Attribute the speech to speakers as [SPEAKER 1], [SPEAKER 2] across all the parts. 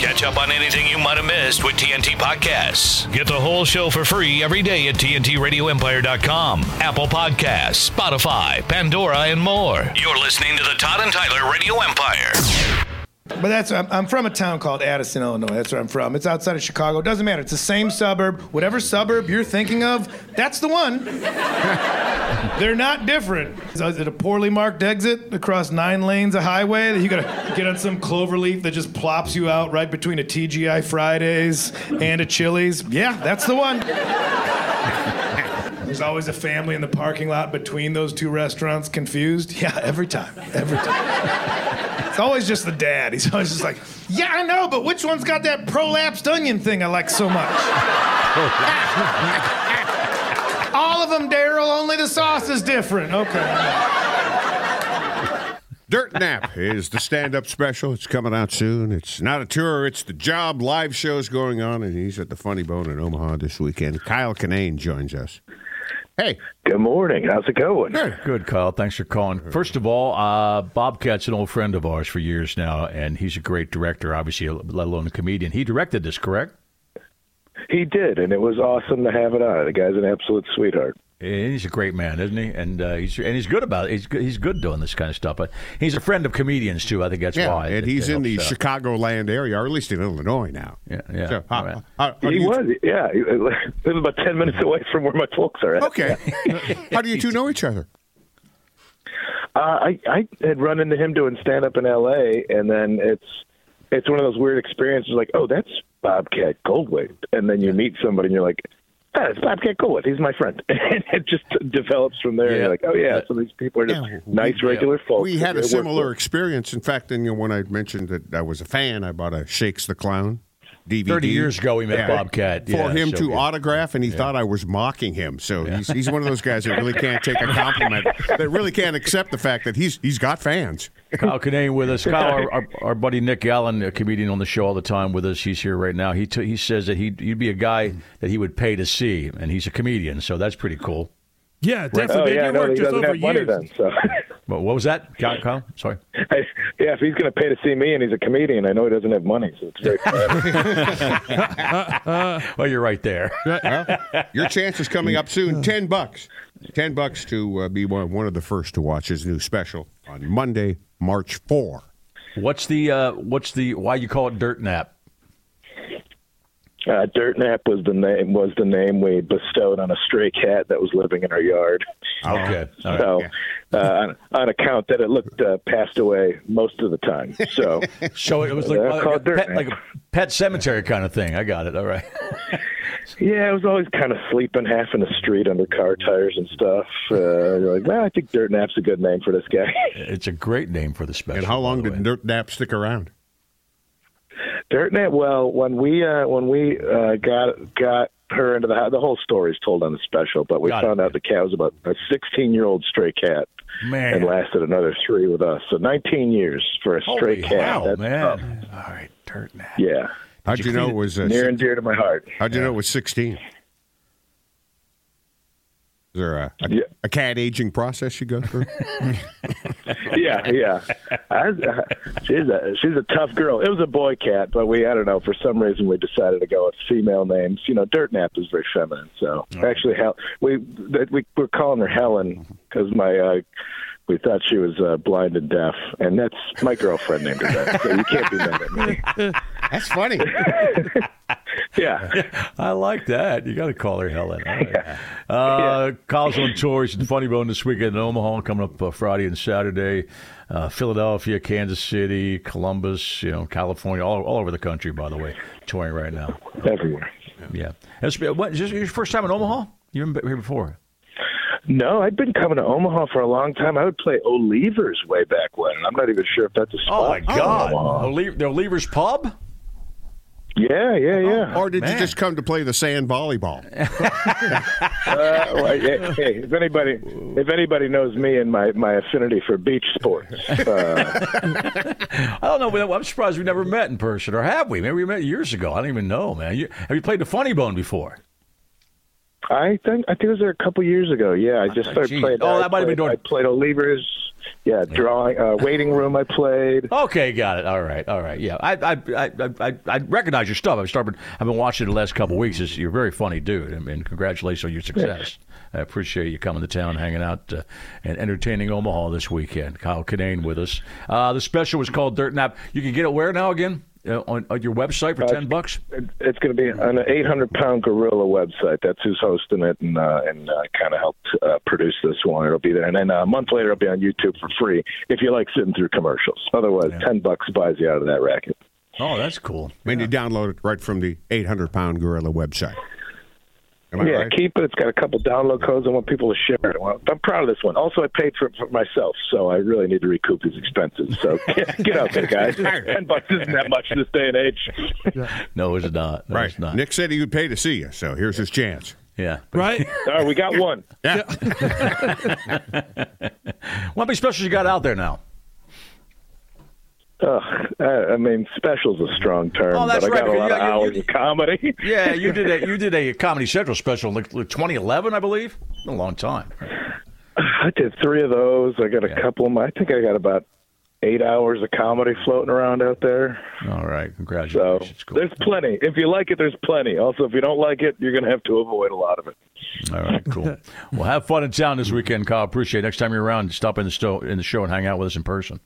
[SPEAKER 1] Catch up on anything you might have missed with TNT Podcasts. Get the whole show for free every day at TNTRadioEmpire.com, Apple Podcasts, Spotify, Pandora, and more. You're listening to the Todd and Tyler Radio Empire.
[SPEAKER 2] But that's I'm, I'm from a town called Addison, Illinois. That's where I'm from. It's outside of Chicago. Doesn't matter. It's the same suburb. Whatever suburb you're thinking of, that's the one. They're not different. So Is it a poorly marked exit across nine lanes of highway that you gotta get on some clover leaf that just plops you out right between a TGI Fridays and a Chili's? Yeah, that's the one. There's always a family in the parking lot between those two restaurants, confused. Yeah, every time. Every time. It's always just the dad. He's always just like, yeah, I know, but which one's got that prolapsed onion thing I like so much? All of them, Daryl, only the sauce is different. Okay.
[SPEAKER 3] Dirt Nap is the stand up special. It's coming out soon. It's not a tour, it's the job. Live shows going on, and he's at the Funny Bone in Omaha this weekend. Kyle Kinane joins us. Hey,
[SPEAKER 4] Good morning. How's it going?
[SPEAKER 5] Good, Kyle. Thanks for calling. First of all, uh, Bobcat's an old friend of ours for years now, and he's a great director, obviously, let alone a comedian. He directed this, correct?
[SPEAKER 4] He did, and it was awesome to have it on. The guy's an absolute sweetheart.
[SPEAKER 5] And he's a great man, isn't he? And uh, he's and he's good about it. He's good, he's good doing this kind of stuff. But he's a friend of comedians too. I think that's
[SPEAKER 3] yeah,
[SPEAKER 5] why.
[SPEAKER 3] and
[SPEAKER 5] It-
[SPEAKER 3] he's
[SPEAKER 5] it
[SPEAKER 3] in the
[SPEAKER 5] helps out.
[SPEAKER 3] Chicagoland area, or at least in Illinois now.
[SPEAKER 5] Yeah, yeah.
[SPEAKER 3] So, how-
[SPEAKER 5] All right.
[SPEAKER 3] how- how do
[SPEAKER 4] he
[SPEAKER 3] you-
[SPEAKER 4] was, yeah. He he was about 10 minutes away from where my folks are at.
[SPEAKER 3] Okay. how do you two know each other?
[SPEAKER 4] Uh, I, I had run into him doing stand up in L.A., and then it's it's one of those weird experiences like, oh, that's Bobcat Goldthwait. And then you meet somebody and you're like, that's Bobcat Goldthwait. He's my friend. and it just develops from there.
[SPEAKER 5] Yeah.
[SPEAKER 4] You're like, oh, yeah,
[SPEAKER 5] Yeah.
[SPEAKER 4] some of these people are just
[SPEAKER 3] Yeah, we-
[SPEAKER 4] nice, regular folks.
[SPEAKER 3] We had
[SPEAKER 4] that
[SPEAKER 3] a
[SPEAKER 4] they work
[SPEAKER 3] similar
[SPEAKER 4] with.
[SPEAKER 3] experience. In fact, and you know, when I mentioned that I was a fan, I bought a Shakes the Clown DVD.
[SPEAKER 5] 30 years ago, we met Bobcat.
[SPEAKER 3] For
[SPEAKER 5] Yeah,
[SPEAKER 3] him
[SPEAKER 5] so
[SPEAKER 3] to
[SPEAKER 5] good.
[SPEAKER 3] autograph, and he thought I was mocking him. So he's, he's one of those guys that really can't take a compliment, that really can't accept the fact that he's he's got fans.
[SPEAKER 5] Kyle Kinane with us. Kyle, our, our, our buddy Nick Allen, a comedian on the show all the time with us, he's here right now. He t- he says that he you'd be a guy that he would pay to see, and he's a comedian, so that's pretty cool.
[SPEAKER 6] Yeah, definitely.
[SPEAKER 4] Oh,
[SPEAKER 6] They
[SPEAKER 4] yeah,
[SPEAKER 6] did
[SPEAKER 4] no,
[SPEAKER 6] work
[SPEAKER 4] he
[SPEAKER 6] just
[SPEAKER 4] doesn't
[SPEAKER 6] over
[SPEAKER 4] have money
[SPEAKER 6] years.
[SPEAKER 4] then. So.
[SPEAKER 5] But what was that, Kyle? Kyle? Sorry.
[SPEAKER 4] I, yeah, if he's going to pay to see me and he's a comedian, I know he doesn't have money, so it's very
[SPEAKER 5] Well, Oh, you're right there.
[SPEAKER 3] Your chance is coming up soon. Ten bucks. Ten bucks to uh, be one, one of the first to watch his new special on Monday, March four.
[SPEAKER 5] What's the uh, what's the why you call it dirt nap?
[SPEAKER 4] uh, Dirt Nap was the name was the name we bestowed on a stray cat that was living in our yard.
[SPEAKER 5] Okay. All right.
[SPEAKER 4] So, uh, on, on account that it looked uh, passed away most of the time. So,
[SPEAKER 5] So it was like,
[SPEAKER 4] They're
[SPEAKER 5] like, a
[SPEAKER 4] called dirt
[SPEAKER 5] pet,
[SPEAKER 4] nap.
[SPEAKER 5] like a pet cemetery kind of thing. I got it. All right.
[SPEAKER 4] yeah, it was always kind of sleeping half in the street under car tires and stuff. Uh, you're like, well, I think Dirt Nap's a good name for this guy.
[SPEAKER 5] It's a great name for the special.
[SPEAKER 3] And how long
[SPEAKER 5] by the
[SPEAKER 3] did
[SPEAKER 5] way.
[SPEAKER 3] Dirt Nap stick around?
[SPEAKER 4] Dirt Nap. Well, when we uh, when we uh, got got her into the house, the whole story's told on the special. But we
[SPEAKER 5] Got it.
[SPEAKER 4] found out the cat was about a 16 year old stray cat,
[SPEAKER 5] Man.
[SPEAKER 4] and lasted another three with us. So 19 years for a stray
[SPEAKER 5] Holy
[SPEAKER 4] cat.
[SPEAKER 5] hell,
[SPEAKER 4] That's
[SPEAKER 5] man!
[SPEAKER 4] tough.
[SPEAKER 5] All right, dirt nap.
[SPEAKER 4] Yeah,
[SPEAKER 3] How'd you, know it was uh,
[SPEAKER 4] near and dear to my heart.
[SPEAKER 3] How'd you know it was 16? Is there a, a,
[SPEAKER 4] Yeah.
[SPEAKER 3] a cat aging process you go through?
[SPEAKER 4] yeah, yeah. I, uh, she's a she's a tough girl. It was a boy cat, but we I don't know for some reason we decided to go with female names. You know, Dirt Nap is very feminine, so actually Hel- we that we we're calling her
[SPEAKER 5] Mm-hmm.
[SPEAKER 4] Helen because my. Uh, we thought she was uh, blind and deaf, and that's my girlfriend named her that. So you can't be mad at me.
[SPEAKER 3] That's funny.
[SPEAKER 4] Yeah,
[SPEAKER 5] I like that. You got to call her Helen. All right. Uh, Kyle's on tour. He's at the Funny Bone this weekend in Omaha, coming up uh, Friday and Saturday. Uh, Philadelphia, Kansas City, Columbus, you know, California, all, all over the country, by the way, touring right now.
[SPEAKER 4] everywhere.
[SPEAKER 5] Yeah. That's, what, is this your first time in Omaha? You've been here before.
[SPEAKER 4] No, I'd been coming to Omaha for a long time. I would play O'Leavers way back when. I'm not even sure if that's a spot.
[SPEAKER 5] Oh, my
[SPEAKER 4] in
[SPEAKER 5] God.
[SPEAKER 4] Omaha.
[SPEAKER 5] O'Le- the Leavers Pub?
[SPEAKER 4] Yeah, yeah, yeah.
[SPEAKER 3] Or did
[SPEAKER 5] Man.
[SPEAKER 3] you just come to play the sand volleyball?
[SPEAKER 4] Uh, well, hey, hey, if anybody if anybody knows me and my, my affinity for beach sports, uh,
[SPEAKER 5] I don't know. We- I'm surprised we never met in person, or have we? Maybe we met years ago. I don't even know, man. You, have you played the Funny Bone before?
[SPEAKER 4] I think I think it was there a couple years ago. Yeah, I just started
[SPEAKER 5] Gee.
[SPEAKER 4] playing.
[SPEAKER 5] Oh,
[SPEAKER 4] I
[SPEAKER 5] that might have
[SPEAKER 4] played-
[SPEAKER 5] been during-
[SPEAKER 4] I played O'Leavers. Yeah, drawing uh, waiting room. I played.
[SPEAKER 5] Okay, got it. All right, all right. Yeah, I I I I, I- I recognize your stuff. I've started. I've been watching the last couple of weeks. It's, you're a very funny dude, and, and congratulations on your success. I appreciate you coming to town, hanging out, uh, and entertaining Omaha this weekend. Kyle Kinane with us. Uh, the special was called Dirt Nap. You can get it where now again uh, on, on your website for ten bucks.
[SPEAKER 4] It- It's going to be on an 800 pound gorilla website. That's who's hosting it and uh, and uh, kind of helped uh, produce this one. It'll be there, and then uh, a month later, it'll be on YouTube for free if you like sitting through commercials. Otherwise, ten bucks buys you out of that racket.
[SPEAKER 5] Oh, that's cool.
[SPEAKER 3] I mean, you download it right from the 800 pound gorilla website. Am I
[SPEAKER 4] yeah,
[SPEAKER 3] right?
[SPEAKER 4] keep it. It's got a couple download codes. I want people to share it. Well, I'm proud of this one. Also, I paid for it for myself, so I really need to recoup these expenses. So get, get out there, guys. Ten bucks isn't that much in this day and age.
[SPEAKER 5] No, it's not. No,
[SPEAKER 3] right.
[SPEAKER 5] it's not.
[SPEAKER 3] Nick said he would pay to see you, so here's his chance.
[SPEAKER 5] Yeah.
[SPEAKER 6] Right?
[SPEAKER 4] All right, we got one.
[SPEAKER 3] Yeah.
[SPEAKER 5] What big specials you got out there now?
[SPEAKER 4] Ugh, I, I mean, special's a strong term,
[SPEAKER 5] Oh, that's
[SPEAKER 4] but I got
[SPEAKER 5] right,
[SPEAKER 4] a lot
[SPEAKER 5] because
[SPEAKER 4] of
[SPEAKER 5] you- you-
[SPEAKER 4] hours
[SPEAKER 5] you-
[SPEAKER 4] of comedy.
[SPEAKER 5] Yeah, you did a you did a Comedy Central special in like, like 2011, I believe. A long time.
[SPEAKER 4] I did three of those. I got a couple of my. I think I got about eight hours of comedy floating around out there.
[SPEAKER 5] All right,
[SPEAKER 4] So
[SPEAKER 5] congratulations. Cool.
[SPEAKER 4] there's plenty. If you like it, there's plenty. Also, if you don't like it, you're going to have to avoid a lot of it.
[SPEAKER 5] All right, cool. well, have fun in town this weekend, Kyle. Appreciate it. Next time you're around, stop in the sto- in the show and hang out with us in person.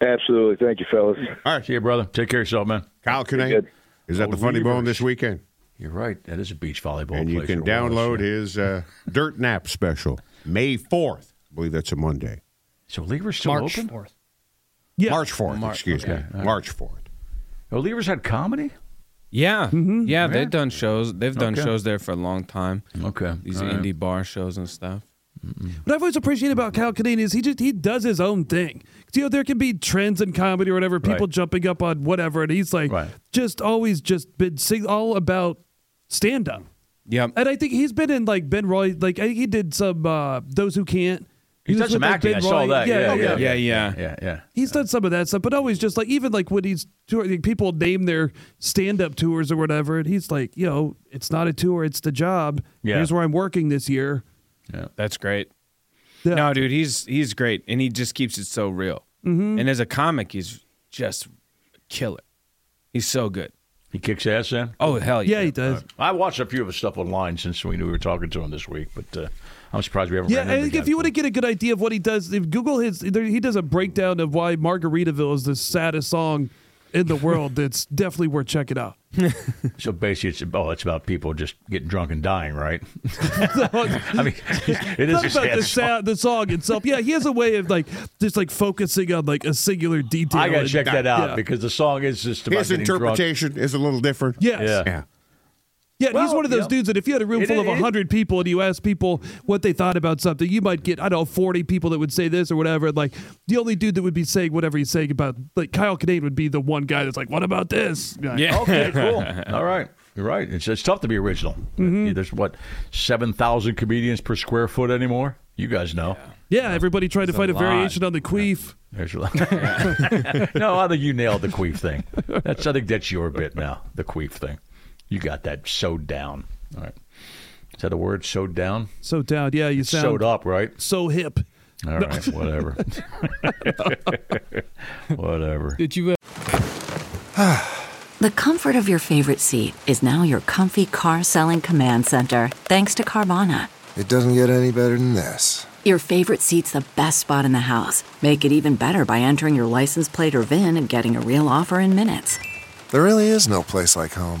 [SPEAKER 4] Absolutely. Thank you, fellas.
[SPEAKER 5] See you, brother. Take care of yourself, man.
[SPEAKER 3] Kyle Kinane
[SPEAKER 4] good.
[SPEAKER 3] is at the Funny Bone this weekend,
[SPEAKER 5] You're right. That is a beach volleyball.
[SPEAKER 3] and you
[SPEAKER 5] place
[SPEAKER 3] can
[SPEAKER 5] or whatever.
[SPEAKER 3] download his uh, Dirt Nap special May 4th. I believe that's a Monday.
[SPEAKER 5] So Lever's still
[SPEAKER 6] March
[SPEAKER 5] open.
[SPEAKER 6] 4th. Yeah.
[SPEAKER 3] March 4th, excuse
[SPEAKER 5] okay, all
[SPEAKER 3] me.
[SPEAKER 5] right.
[SPEAKER 3] March 4th.
[SPEAKER 5] Oh, Lever's had comedy.
[SPEAKER 7] Yeah,
[SPEAKER 6] Mm-hmm.
[SPEAKER 7] yeah, they've done shows. They've done shows there for a long time.
[SPEAKER 5] Okay.
[SPEAKER 7] These indie bar shows and stuff.
[SPEAKER 6] What I've always appreciated about Cal Kinane is he just he does his own thing. 'Cause, You know, there can be trends in comedy or whatever, people
[SPEAKER 5] Right.
[SPEAKER 6] jumping up on whatever, and he's like
[SPEAKER 5] Right.
[SPEAKER 6] just always just been sing- all about stand up.
[SPEAKER 7] Yep.
[SPEAKER 6] And I think he's been in like Ben Roy, like I think he did some uh Those Who Can't.
[SPEAKER 5] He's
[SPEAKER 6] was
[SPEAKER 5] done some
[SPEAKER 6] with, like,
[SPEAKER 5] acting. I
[SPEAKER 6] Ben
[SPEAKER 5] saw
[SPEAKER 6] Roy.
[SPEAKER 5] that. Yeah,
[SPEAKER 6] okay.
[SPEAKER 5] yeah,
[SPEAKER 7] yeah, yeah.
[SPEAKER 5] Yeah, yeah.
[SPEAKER 6] He's done some of that stuff, but always just like even like when he's touring, people name their stand-up tours or whatever, and he's like, you know, it's not a tour, it's the job.
[SPEAKER 5] Yeah.
[SPEAKER 6] Here's where I'm working this year.
[SPEAKER 7] That's great.
[SPEAKER 6] Yeah.
[SPEAKER 7] No, dude, he's he's great, and he just keeps it so real.
[SPEAKER 6] Mm-hmm.
[SPEAKER 7] And as a comic, he's just a killer. He's so good.
[SPEAKER 5] He kicks ass in.
[SPEAKER 7] Oh hell yeah!
[SPEAKER 6] Yeah, he does.
[SPEAKER 5] I watched a few of his stuff online since we knew we were talking to him this week, but uh, I'm surprised we haven't.
[SPEAKER 6] Yeah,
[SPEAKER 5] ran
[SPEAKER 6] I
[SPEAKER 5] into
[SPEAKER 6] think
[SPEAKER 5] the
[SPEAKER 6] if
[SPEAKER 5] guy.
[SPEAKER 6] you want to get a good idea of what he does, if Google his. There, he does a breakdown of why "Margaritaville" is the saddest song in the world. That's definitely worth checking out.
[SPEAKER 5] So basically, it's oh, it's about people just getting drunk and dying, right? I mean, it is
[SPEAKER 6] Not
[SPEAKER 5] a
[SPEAKER 6] about
[SPEAKER 5] sad song.
[SPEAKER 6] the sound, the song itself. Yeah, he has a way of like just like focusing on like a singular detail.
[SPEAKER 5] I gotta
[SPEAKER 6] and-
[SPEAKER 5] check that out
[SPEAKER 6] Yeah.
[SPEAKER 5] because the song is just about
[SPEAKER 3] His
[SPEAKER 5] getting drunk.
[SPEAKER 3] interpretation is a little different.
[SPEAKER 6] Yes.
[SPEAKER 5] Yeah.
[SPEAKER 3] Yeah.
[SPEAKER 6] Yeah, he's
[SPEAKER 5] Well,
[SPEAKER 6] one of those
[SPEAKER 5] yeah.
[SPEAKER 6] dudes that if you had a room
[SPEAKER 5] It-
[SPEAKER 6] full
[SPEAKER 5] it- it-
[SPEAKER 6] of 100 people and you asked people what they thought about something, you might get, I don't know, 40 people that would say this or whatever. And like, the only dude that would be saying whatever he's saying about, like, Kyle Kinane would be the one guy that's like, what about this? Yeah.
[SPEAKER 7] Yeah.
[SPEAKER 5] Okay, cool. All right, you're right. It's, it's tough to be original.
[SPEAKER 6] Mm-hmm.
[SPEAKER 5] There's what seven thousand comedians per square foot anymore. You guys know.
[SPEAKER 6] Yeah, everybody tried to
[SPEAKER 7] It's a
[SPEAKER 6] find a,
[SPEAKER 7] lot.
[SPEAKER 6] variation on the queef.
[SPEAKER 5] There's your no, I think you nailed the queef thing. That's I think that's your bit now. The queef thing. You got that so down. All right. that a word? Sewed down?
[SPEAKER 6] So down. Yeah, you sound
[SPEAKER 5] Sewed up, right?
[SPEAKER 6] so hip.
[SPEAKER 5] All right, whatever. whatever.
[SPEAKER 7] Did you? Uh,
[SPEAKER 8] The comfort of your favorite seat is now your comfy car selling command center, thanks to Carvana.
[SPEAKER 9] It doesn't get any better than this.
[SPEAKER 8] Your favorite seat's the best spot in the house. Make it even better by entering your license plate or VIN and getting a real offer in minutes.
[SPEAKER 9] There really is no place like home.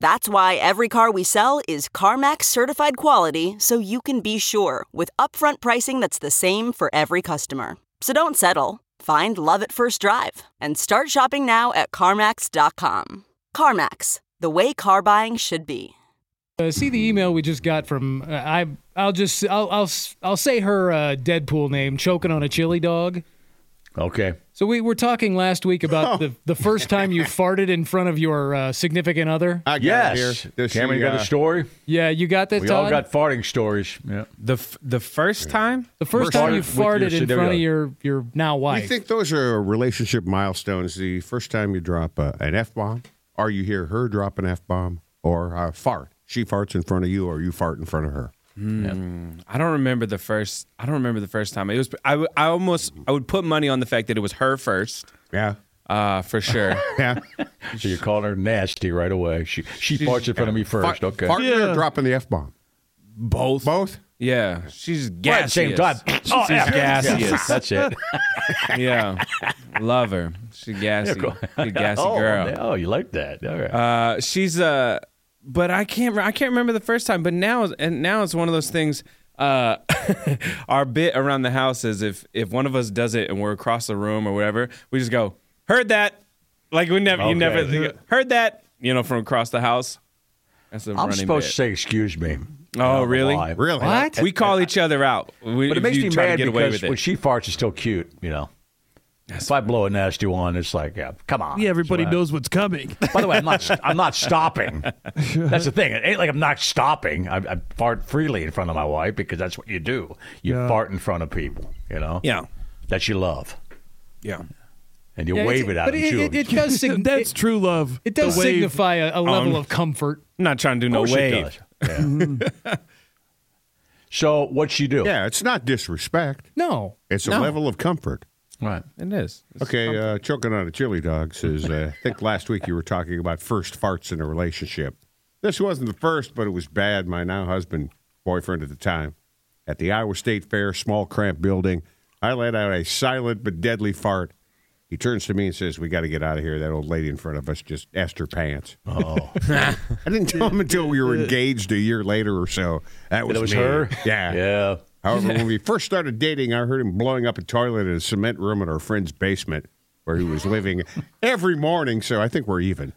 [SPEAKER 10] That's why every car we sell is CarMax certified quality so you can be sure with upfront pricing that's the same for every customer. So don't settle. Find love at first drive and start shopping now at CarMax.com. CarMax, the way car buying should be.
[SPEAKER 11] Uh, see the email we just got from uh, I. I'll just I'll I'll s- I'll say her uh, Deadpool name, choking on a chili dog.
[SPEAKER 5] Okay.
[SPEAKER 11] So we were talking last week about the the first time you farted in front of your uh, significant other.
[SPEAKER 3] I got
[SPEAKER 5] Yes.
[SPEAKER 3] it here. This,
[SPEAKER 5] Cameron, you got
[SPEAKER 3] uh,
[SPEAKER 5] a story?
[SPEAKER 11] Yeah, you got that.
[SPEAKER 5] We
[SPEAKER 11] Todd?
[SPEAKER 5] all got farting stories. Yeah.
[SPEAKER 7] the f- the first time.
[SPEAKER 11] the first
[SPEAKER 5] First
[SPEAKER 11] time you
[SPEAKER 5] farted with
[SPEAKER 11] farted
[SPEAKER 5] your
[SPEAKER 11] in front of
[SPEAKER 5] significant
[SPEAKER 11] your your now
[SPEAKER 3] You
[SPEAKER 11] wife.
[SPEAKER 3] think those are relationship milestones? The first time you drop uh, an F bomb, or you hear her drop an F bomb, or uh, fart. She farts in front of you, or you fart in front of her.
[SPEAKER 7] I don't remember the first. I don't remember the first time. It was. I, w- I almost. I would put money on the fact that it was her first.
[SPEAKER 3] Yeah.
[SPEAKER 7] Uh, for sure.
[SPEAKER 3] Yeah.
[SPEAKER 5] So you're calling her nasty right away. She she farts in front of me first.
[SPEAKER 3] Fart-
[SPEAKER 5] okay.
[SPEAKER 3] Farting or dropping the F bomb?
[SPEAKER 7] Both.
[SPEAKER 3] Both?
[SPEAKER 7] Yeah. She's gaseous.
[SPEAKER 5] Right at the same time. Oh,
[SPEAKER 7] She's
[SPEAKER 5] yeah.
[SPEAKER 7] gaseous.
[SPEAKER 5] That's it.
[SPEAKER 7] yeah. Love her. She's gassy. She's a gassy
[SPEAKER 5] oh,
[SPEAKER 7] girl.
[SPEAKER 5] Oh, you like that. All right.
[SPEAKER 7] Uh, she's uh but I can't re- I can't remember the first time, but now and now it's one of those things uh our bit around the house is if if one of us does it and we're across the room or whatever, we just go, "Heard that." Like we never you
[SPEAKER 5] Okay.
[SPEAKER 7] never heard that, you know, from across the house. That's a
[SPEAKER 5] I'm
[SPEAKER 7] running
[SPEAKER 5] supposed
[SPEAKER 7] bit.
[SPEAKER 5] to say, excuse me.
[SPEAKER 7] Oh, really?
[SPEAKER 5] Why?
[SPEAKER 3] Really?
[SPEAKER 7] What? We call each other out. We,
[SPEAKER 5] But it
[SPEAKER 7] if
[SPEAKER 5] makes
[SPEAKER 7] you
[SPEAKER 5] me
[SPEAKER 7] try
[SPEAKER 5] mad
[SPEAKER 7] to get away
[SPEAKER 5] because
[SPEAKER 7] with
[SPEAKER 5] when
[SPEAKER 7] it.
[SPEAKER 5] she farts, it's still cute, you know. if I blow a nasty one, it's like, yeah, come on.
[SPEAKER 6] Yeah, everybody
[SPEAKER 5] So I-
[SPEAKER 6] knows what's coming.
[SPEAKER 5] By the way, I'm not. I'm not stopping. That's the thing. It ain't like I'm not stopping. I, I fart freely in front of my wife because that's what you do. You fart in front of people, you know,
[SPEAKER 7] Yeah.
[SPEAKER 5] that you love,
[SPEAKER 7] Yeah.
[SPEAKER 5] and you
[SPEAKER 11] Yeah, it's-
[SPEAKER 5] wave it at
[SPEAKER 11] but
[SPEAKER 5] them
[SPEAKER 11] it,
[SPEAKER 5] too.
[SPEAKER 11] it, it does sig-
[SPEAKER 6] That's
[SPEAKER 11] it,
[SPEAKER 6] true love.
[SPEAKER 11] it does
[SPEAKER 6] The wave.
[SPEAKER 11] signify a, a level of comfort.
[SPEAKER 7] I'm not trying to do
[SPEAKER 5] Of
[SPEAKER 7] no
[SPEAKER 5] course it
[SPEAKER 7] wave.
[SPEAKER 5] does.
[SPEAKER 11] Mm-hmm.
[SPEAKER 5] Yeah. so what she do?
[SPEAKER 3] Yeah, it's not disrespect.
[SPEAKER 11] No,
[SPEAKER 3] It's a
[SPEAKER 7] No.
[SPEAKER 3] level of comfort.
[SPEAKER 5] Right.
[SPEAKER 7] It is.
[SPEAKER 3] Okay, uh, choking on a chili dog says, uh, I think last week you were talking about first farts in a relationship. This wasn't the first, but it was bad. My now husband, boyfriend at the time, at the Iowa State Fair, small cramped building, I let out a silent but deadly fart. He turns to me and says, We got to get out of here. That old lady in front of us just asked her pants.
[SPEAKER 5] Oh,
[SPEAKER 3] I didn't tell him until we were engaged a year later or so. That was,
[SPEAKER 5] it was
[SPEAKER 3] me.
[SPEAKER 5] her.
[SPEAKER 3] Yeah.
[SPEAKER 5] Yeah.
[SPEAKER 3] However, when we first started dating, I heard him blowing up a toilet in a cement room in our friend's basement where he was living every morning. So I think we're even.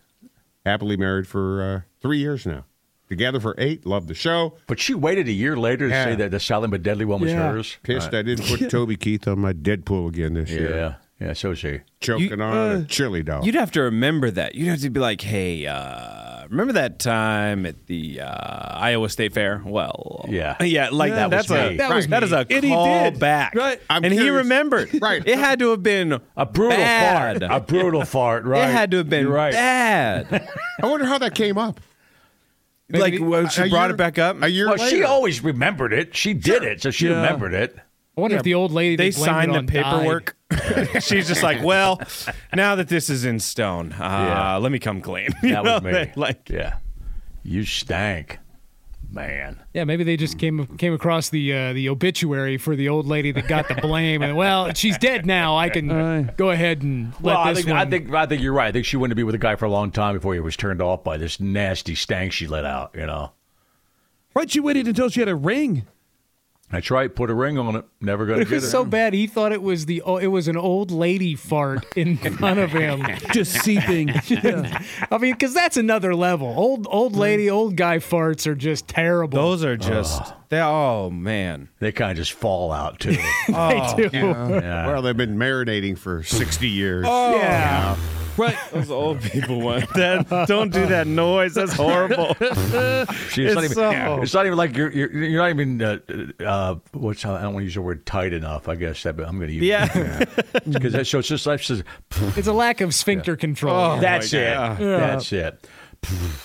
[SPEAKER 3] Happily married for uh, three years now. Together for eight. Love the show.
[SPEAKER 5] But she waited a year later to
[SPEAKER 3] Yeah.
[SPEAKER 5] say that the silent but deadly one was
[SPEAKER 11] Yeah.
[SPEAKER 5] hers.
[SPEAKER 3] Pissed I didn't put Toby Keith on my Deadpool again this year.
[SPEAKER 5] Yeah. uh, Yeah. So she.
[SPEAKER 3] Choking on a chili dog.
[SPEAKER 7] You'd have to remember that. You'd have to be like, hey, uh, remember that time at the uh, Iowa State Fair? Well,
[SPEAKER 5] Yeah.
[SPEAKER 7] yeah, like
[SPEAKER 5] Yeah,
[SPEAKER 7] that's
[SPEAKER 5] that was
[SPEAKER 7] a
[SPEAKER 5] me.
[SPEAKER 7] that,
[SPEAKER 3] That was
[SPEAKER 7] that is a
[SPEAKER 11] And he
[SPEAKER 7] call
[SPEAKER 11] did.
[SPEAKER 7] back,
[SPEAKER 11] Right.
[SPEAKER 3] I'm
[SPEAKER 7] and he
[SPEAKER 3] curious.
[SPEAKER 7] remembered,
[SPEAKER 3] Right.
[SPEAKER 7] It had to have been
[SPEAKER 5] A brutal
[SPEAKER 7] bad.
[SPEAKER 5] fart. A brutal fart, right?
[SPEAKER 7] It had to have been
[SPEAKER 5] You're right.
[SPEAKER 7] bad.
[SPEAKER 3] I wonder how that came up.
[SPEAKER 7] like when she
[SPEAKER 3] a
[SPEAKER 7] brought
[SPEAKER 3] year-
[SPEAKER 7] it back up.
[SPEAKER 3] A year
[SPEAKER 5] Well,
[SPEAKER 3] later.
[SPEAKER 5] she always remembered it. She did it, so she
[SPEAKER 6] Yeah.
[SPEAKER 5] remembered it.
[SPEAKER 11] I wonder if the old lady
[SPEAKER 7] they
[SPEAKER 11] that blamed it
[SPEAKER 7] signed the
[SPEAKER 11] on died.
[SPEAKER 7] paperwork. She's just like, well, now that this is in stone, uh,
[SPEAKER 5] Yeah.
[SPEAKER 7] let me come clean. You
[SPEAKER 5] That was
[SPEAKER 7] know,
[SPEAKER 5] me.
[SPEAKER 7] Like,
[SPEAKER 5] yeah, you stank, man.
[SPEAKER 11] Yeah, maybe they just came came across the uh, the obituary for the old lady that got the blame, and well, she's dead now. I can
[SPEAKER 6] Aye.
[SPEAKER 11] go ahead and let
[SPEAKER 5] well, I
[SPEAKER 11] this
[SPEAKER 5] think,
[SPEAKER 11] one.
[SPEAKER 5] I think I think you're right. I think she wanted to be with a guy for a long time before he was turned off by this nasty stank she let out. You know,
[SPEAKER 6] Right, she waited until she had a ring.
[SPEAKER 5] That's right. Put a ring on it. Never going to
[SPEAKER 11] It
[SPEAKER 5] get it.
[SPEAKER 11] was so bad he thought it was the oh, it was an old lady fart in front of him,
[SPEAKER 6] Just seeping. Yeah.
[SPEAKER 11] I mean, because that's another level. Old old lady, old guy farts are just terrible.
[SPEAKER 7] Those are just they. Oh man,
[SPEAKER 5] They kind of just fall out too.
[SPEAKER 11] they do.
[SPEAKER 5] Yeah.
[SPEAKER 3] Well, they've been marinating for 60 years.
[SPEAKER 5] Oh,
[SPEAKER 11] yeah.
[SPEAKER 6] Right.
[SPEAKER 7] those old people want that. Don't do that noise. That's horrible.
[SPEAKER 5] See, it's, not even,
[SPEAKER 7] It's so-
[SPEAKER 5] it's not even like you're you're, you're not even uh, uh, what's I don't want to use the word tight enough. I guess that, but I'm going to use
[SPEAKER 7] Yeah.
[SPEAKER 5] because that shows just like says
[SPEAKER 11] It's a lack of sphincter control.
[SPEAKER 5] that's it,
[SPEAKER 3] God.
[SPEAKER 5] that's it.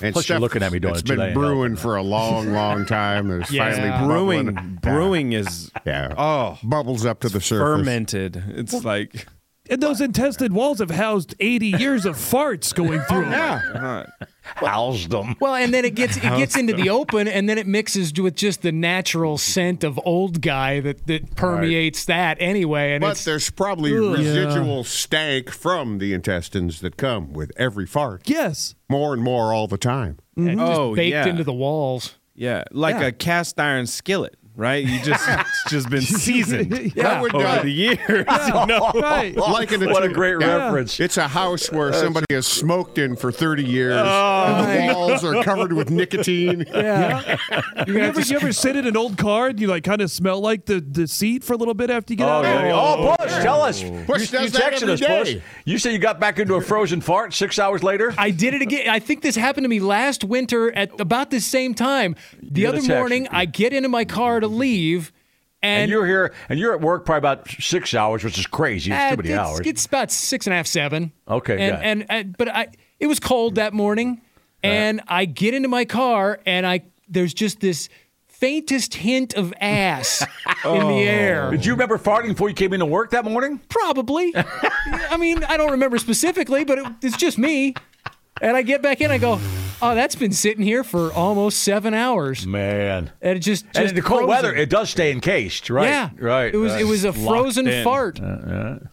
[SPEAKER 3] And
[SPEAKER 5] Plus you're
[SPEAKER 3] stuff
[SPEAKER 5] looking at me doing
[SPEAKER 3] that's
[SPEAKER 5] it today,
[SPEAKER 3] been brewing for a long, long time. It's finally
[SPEAKER 7] brewing.
[SPEAKER 3] bubbling.
[SPEAKER 7] Brewing is
[SPEAKER 3] Yeah.
[SPEAKER 7] oh
[SPEAKER 3] Bubbles up to the surface.
[SPEAKER 7] fermented. It's like
[SPEAKER 6] And those intestine walls have housed 80 years of farts going through. them.
[SPEAKER 5] Housed them.
[SPEAKER 11] Well, and then it gets it gets into the open, and then it mixes with just the natural scent of old guy that that permeates that anyway. And
[SPEAKER 3] But
[SPEAKER 11] it's
[SPEAKER 3] there's probably residual stank from the intestines that come with every fart.
[SPEAKER 6] Yes.
[SPEAKER 3] More and more all the time.
[SPEAKER 7] oh
[SPEAKER 11] baked
[SPEAKER 7] yeah.
[SPEAKER 11] into the walls.
[SPEAKER 7] yeah like
[SPEAKER 6] Yeah.
[SPEAKER 7] a cast iron skillet. Right, you just it's just been seasoned
[SPEAKER 3] Yeah, we're
[SPEAKER 7] over
[SPEAKER 3] done.
[SPEAKER 7] the years.
[SPEAKER 6] Right.
[SPEAKER 3] Like in
[SPEAKER 5] What a great
[SPEAKER 3] Yeah.
[SPEAKER 5] reference.
[SPEAKER 3] It's a house where somebody has smoked in for 30 years. and the walls are covered with nicotine.
[SPEAKER 11] Yeah.
[SPEAKER 6] You ever, you ever sit in an old car and you like kind of smell like the, the seat for a little bit after you get
[SPEAKER 5] Oh,
[SPEAKER 6] out? of
[SPEAKER 5] yeah.
[SPEAKER 6] it?
[SPEAKER 5] oh, Bush, tell us.
[SPEAKER 3] Bush
[SPEAKER 5] you, you
[SPEAKER 3] does that
[SPEAKER 5] texted
[SPEAKER 3] every
[SPEAKER 5] us, Bush.
[SPEAKER 3] day.
[SPEAKER 5] You said you got back into a frozen fart six hours later.
[SPEAKER 11] I did it again. I think this happened to me last winter at about the same time. The
[SPEAKER 5] You had a
[SPEAKER 11] other
[SPEAKER 5] text.
[SPEAKER 11] morning, I get into my car to leave,
[SPEAKER 5] and,
[SPEAKER 11] and,
[SPEAKER 5] you're here, and you're at work probably about six hours, which is crazy. It's
[SPEAKER 11] Uh,
[SPEAKER 5] too many
[SPEAKER 11] it's,
[SPEAKER 5] hours.
[SPEAKER 11] It's about six and a half, seven.
[SPEAKER 5] Okay,
[SPEAKER 11] And
[SPEAKER 5] got it.
[SPEAKER 11] and, and but I it was cold that morning, and I get into my car and I there's just this faintest hint of ass in
[SPEAKER 5] Oh.
[SPEAKER 11] the air.
[SPEAKER 5] Did you remember farting before you came into work that morning?
[SPEAKER 11] Probably. I mean, I don't remember specifically, but it, it's just me. And I get back in, I go, oh, that's been sitting here for almost seven hours,
[SPEAKER 5] Man.
[SPEAKER 11] and it just, just
[SPEAKER 5] and in the cold
[SPEAKER 11] frozen.
[SPEAKER 5] weather, it does stay encased, right?
[SPEAKER 11] Yeah,
[SPEAKER 5] right.
[SPEAKER 11] It was
[SPEAKER 5] right. Uh,
[SPEAKER 11] it was a
[SPEAKER 7] Locked
[SPEAKER 11] frozen
[SPEAKER 7] in.
[SPEAKER 11] fart,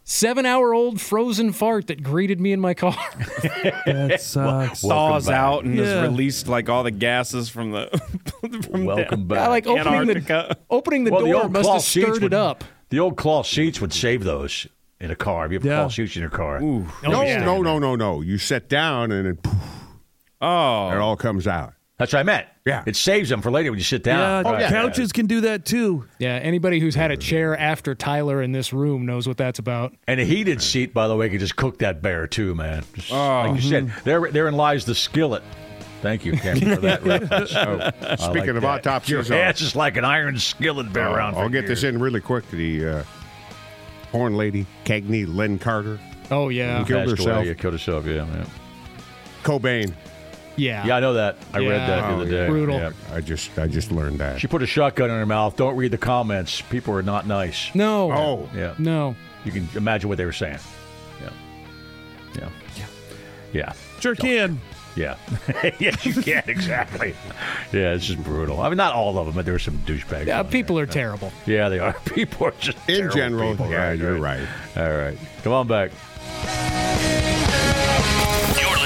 [SPEAKER 11] seven hour old frozen fart that greeted me in my car.
[SPEAKER 6] That sucks.
[SPEAKER 7] thaws
[SPEAKER 5] back.
[SPEAKER 7] out and
[SPEAKER 6] Yeah.
[SPEAKER 7] has released like all the gases from the from
[SPEAKER 5] welcome
[SPEAKER 7] down-
[SPEAKER 5] back.
[SPEAKER 11] I like opening
[SPEAKER 7] Antarctica.
[SPEAKER 11] the opening the
[SPEAKER 5] well, the
[SPEAKER 11] door
[SPEAKER 5] old
[SPEAKER 11] must
[SPEAKER 5] cloth
[SPEAKER 11] have
[SPEAKER 5] seats
[SPEAKER 11] stirred it
[SPEAKER 5] would-
[SPEAKER 11] up.
[SPEAKER 5] The old cloth seats would save those in a car. If you have
[SPEAKER 6] Yeah.
[SPEAKER 5] cloth seats in your car,
[SPEAKER 3] No, no, no, no, no. You sit down and it, it
[SPEAKER 7] Oh,
[SPEAKER 3] all comes out.
[SPEAKER 5] that's what I meant.
[SPEAKER 3] Yeah.
[SPEAKER 5] it saves them for later when you sit
[SPEAKER 6] Yeah,
[SPEAKER 5] down. Right.
[SPEAKER 6] couches can do that too.
[SPEAKER 11] Yeah, anybody who's had a chair after Tyler in this room knows what that's about.
[SPEAKER 5] And a heated seat, by the way, can just cook that bear too, man. Just
[SPEAKER 3] Oh.
[SPEAKER 5] like
[SPEAKER 3] Mm-hmm.
[SPEAKER 5] you said, there therein lies the skillet. Thank you, Captain, for that reference. Oh,
[SPEAKER 3] Speaking of autopsies,
[SPEAKER 5] yeah,
[SPEAKER 3] I'll,
[SPEAKER 5] it's just like an iron skillet been around. for
[SPEAKER 3] Uh, I'll get this
[SPEAKER 5] years.
[SPEAKER 3] in really quick. The uh, porn lady, Cagney Lynn Carter,
[SPEAKER 11] Oh yeah,
[SPEAKER 3] killed
[SPEAKER 5] Passed away.
[SPEAKER 3] herself.
[SPEAKER 5] Yeah, killed herself. Yeah, man.
[SPEAKER 3] Cobain.
[SPEAKER 11] yeah,
[SPEAKER 5] Yeah, I know that. I
[SPEAKER 11] Yeah.
[SPEAKER 5] read that the
[SPEAKER 11] Oh,
[SPEAKER 5] other
[SPEAKER 11] yeah.
[SPEAKER 5] day.
[SPEAKER 11] Brutal.
[SPEAKER 5] Yeah.
[SPEAKER 3] I just, I just learned that.
[SPEAKER 5] She put a shotgun in her mouth. Don't read the comments. People are not nice.
[SPEAKER 11] No,
[SPEAKER 3] oh,
[SPEAKER 5] Yeah.
[SPEAKER 11] no.
[SPEAKER 5] You can imagine what they were saying. Yeah. Yeah. Yeah.
[SPEAKER 6] Sure can.
[SPEAKER 5] Yeah. Yeah. you can, exactly. Yeah, it's just brutal. I mean, not all of them, but there were some douchebags.
[SPEAKER 11] Yeah,
[SPEAKER 5] on there.
[SPEAKER 11] people are terrible.
[SPEAKER 5] Yeah, they are. People are just.
[SPEAKER 3] in
[SPEAKER 5] terrible
[SPEAKER 3] general,
[SPEAKER 5] people.
[SPEAKER 3] yeah, you're right.
[SPEAKER 5] All right. Come on back.
[SPEAKER 1] You're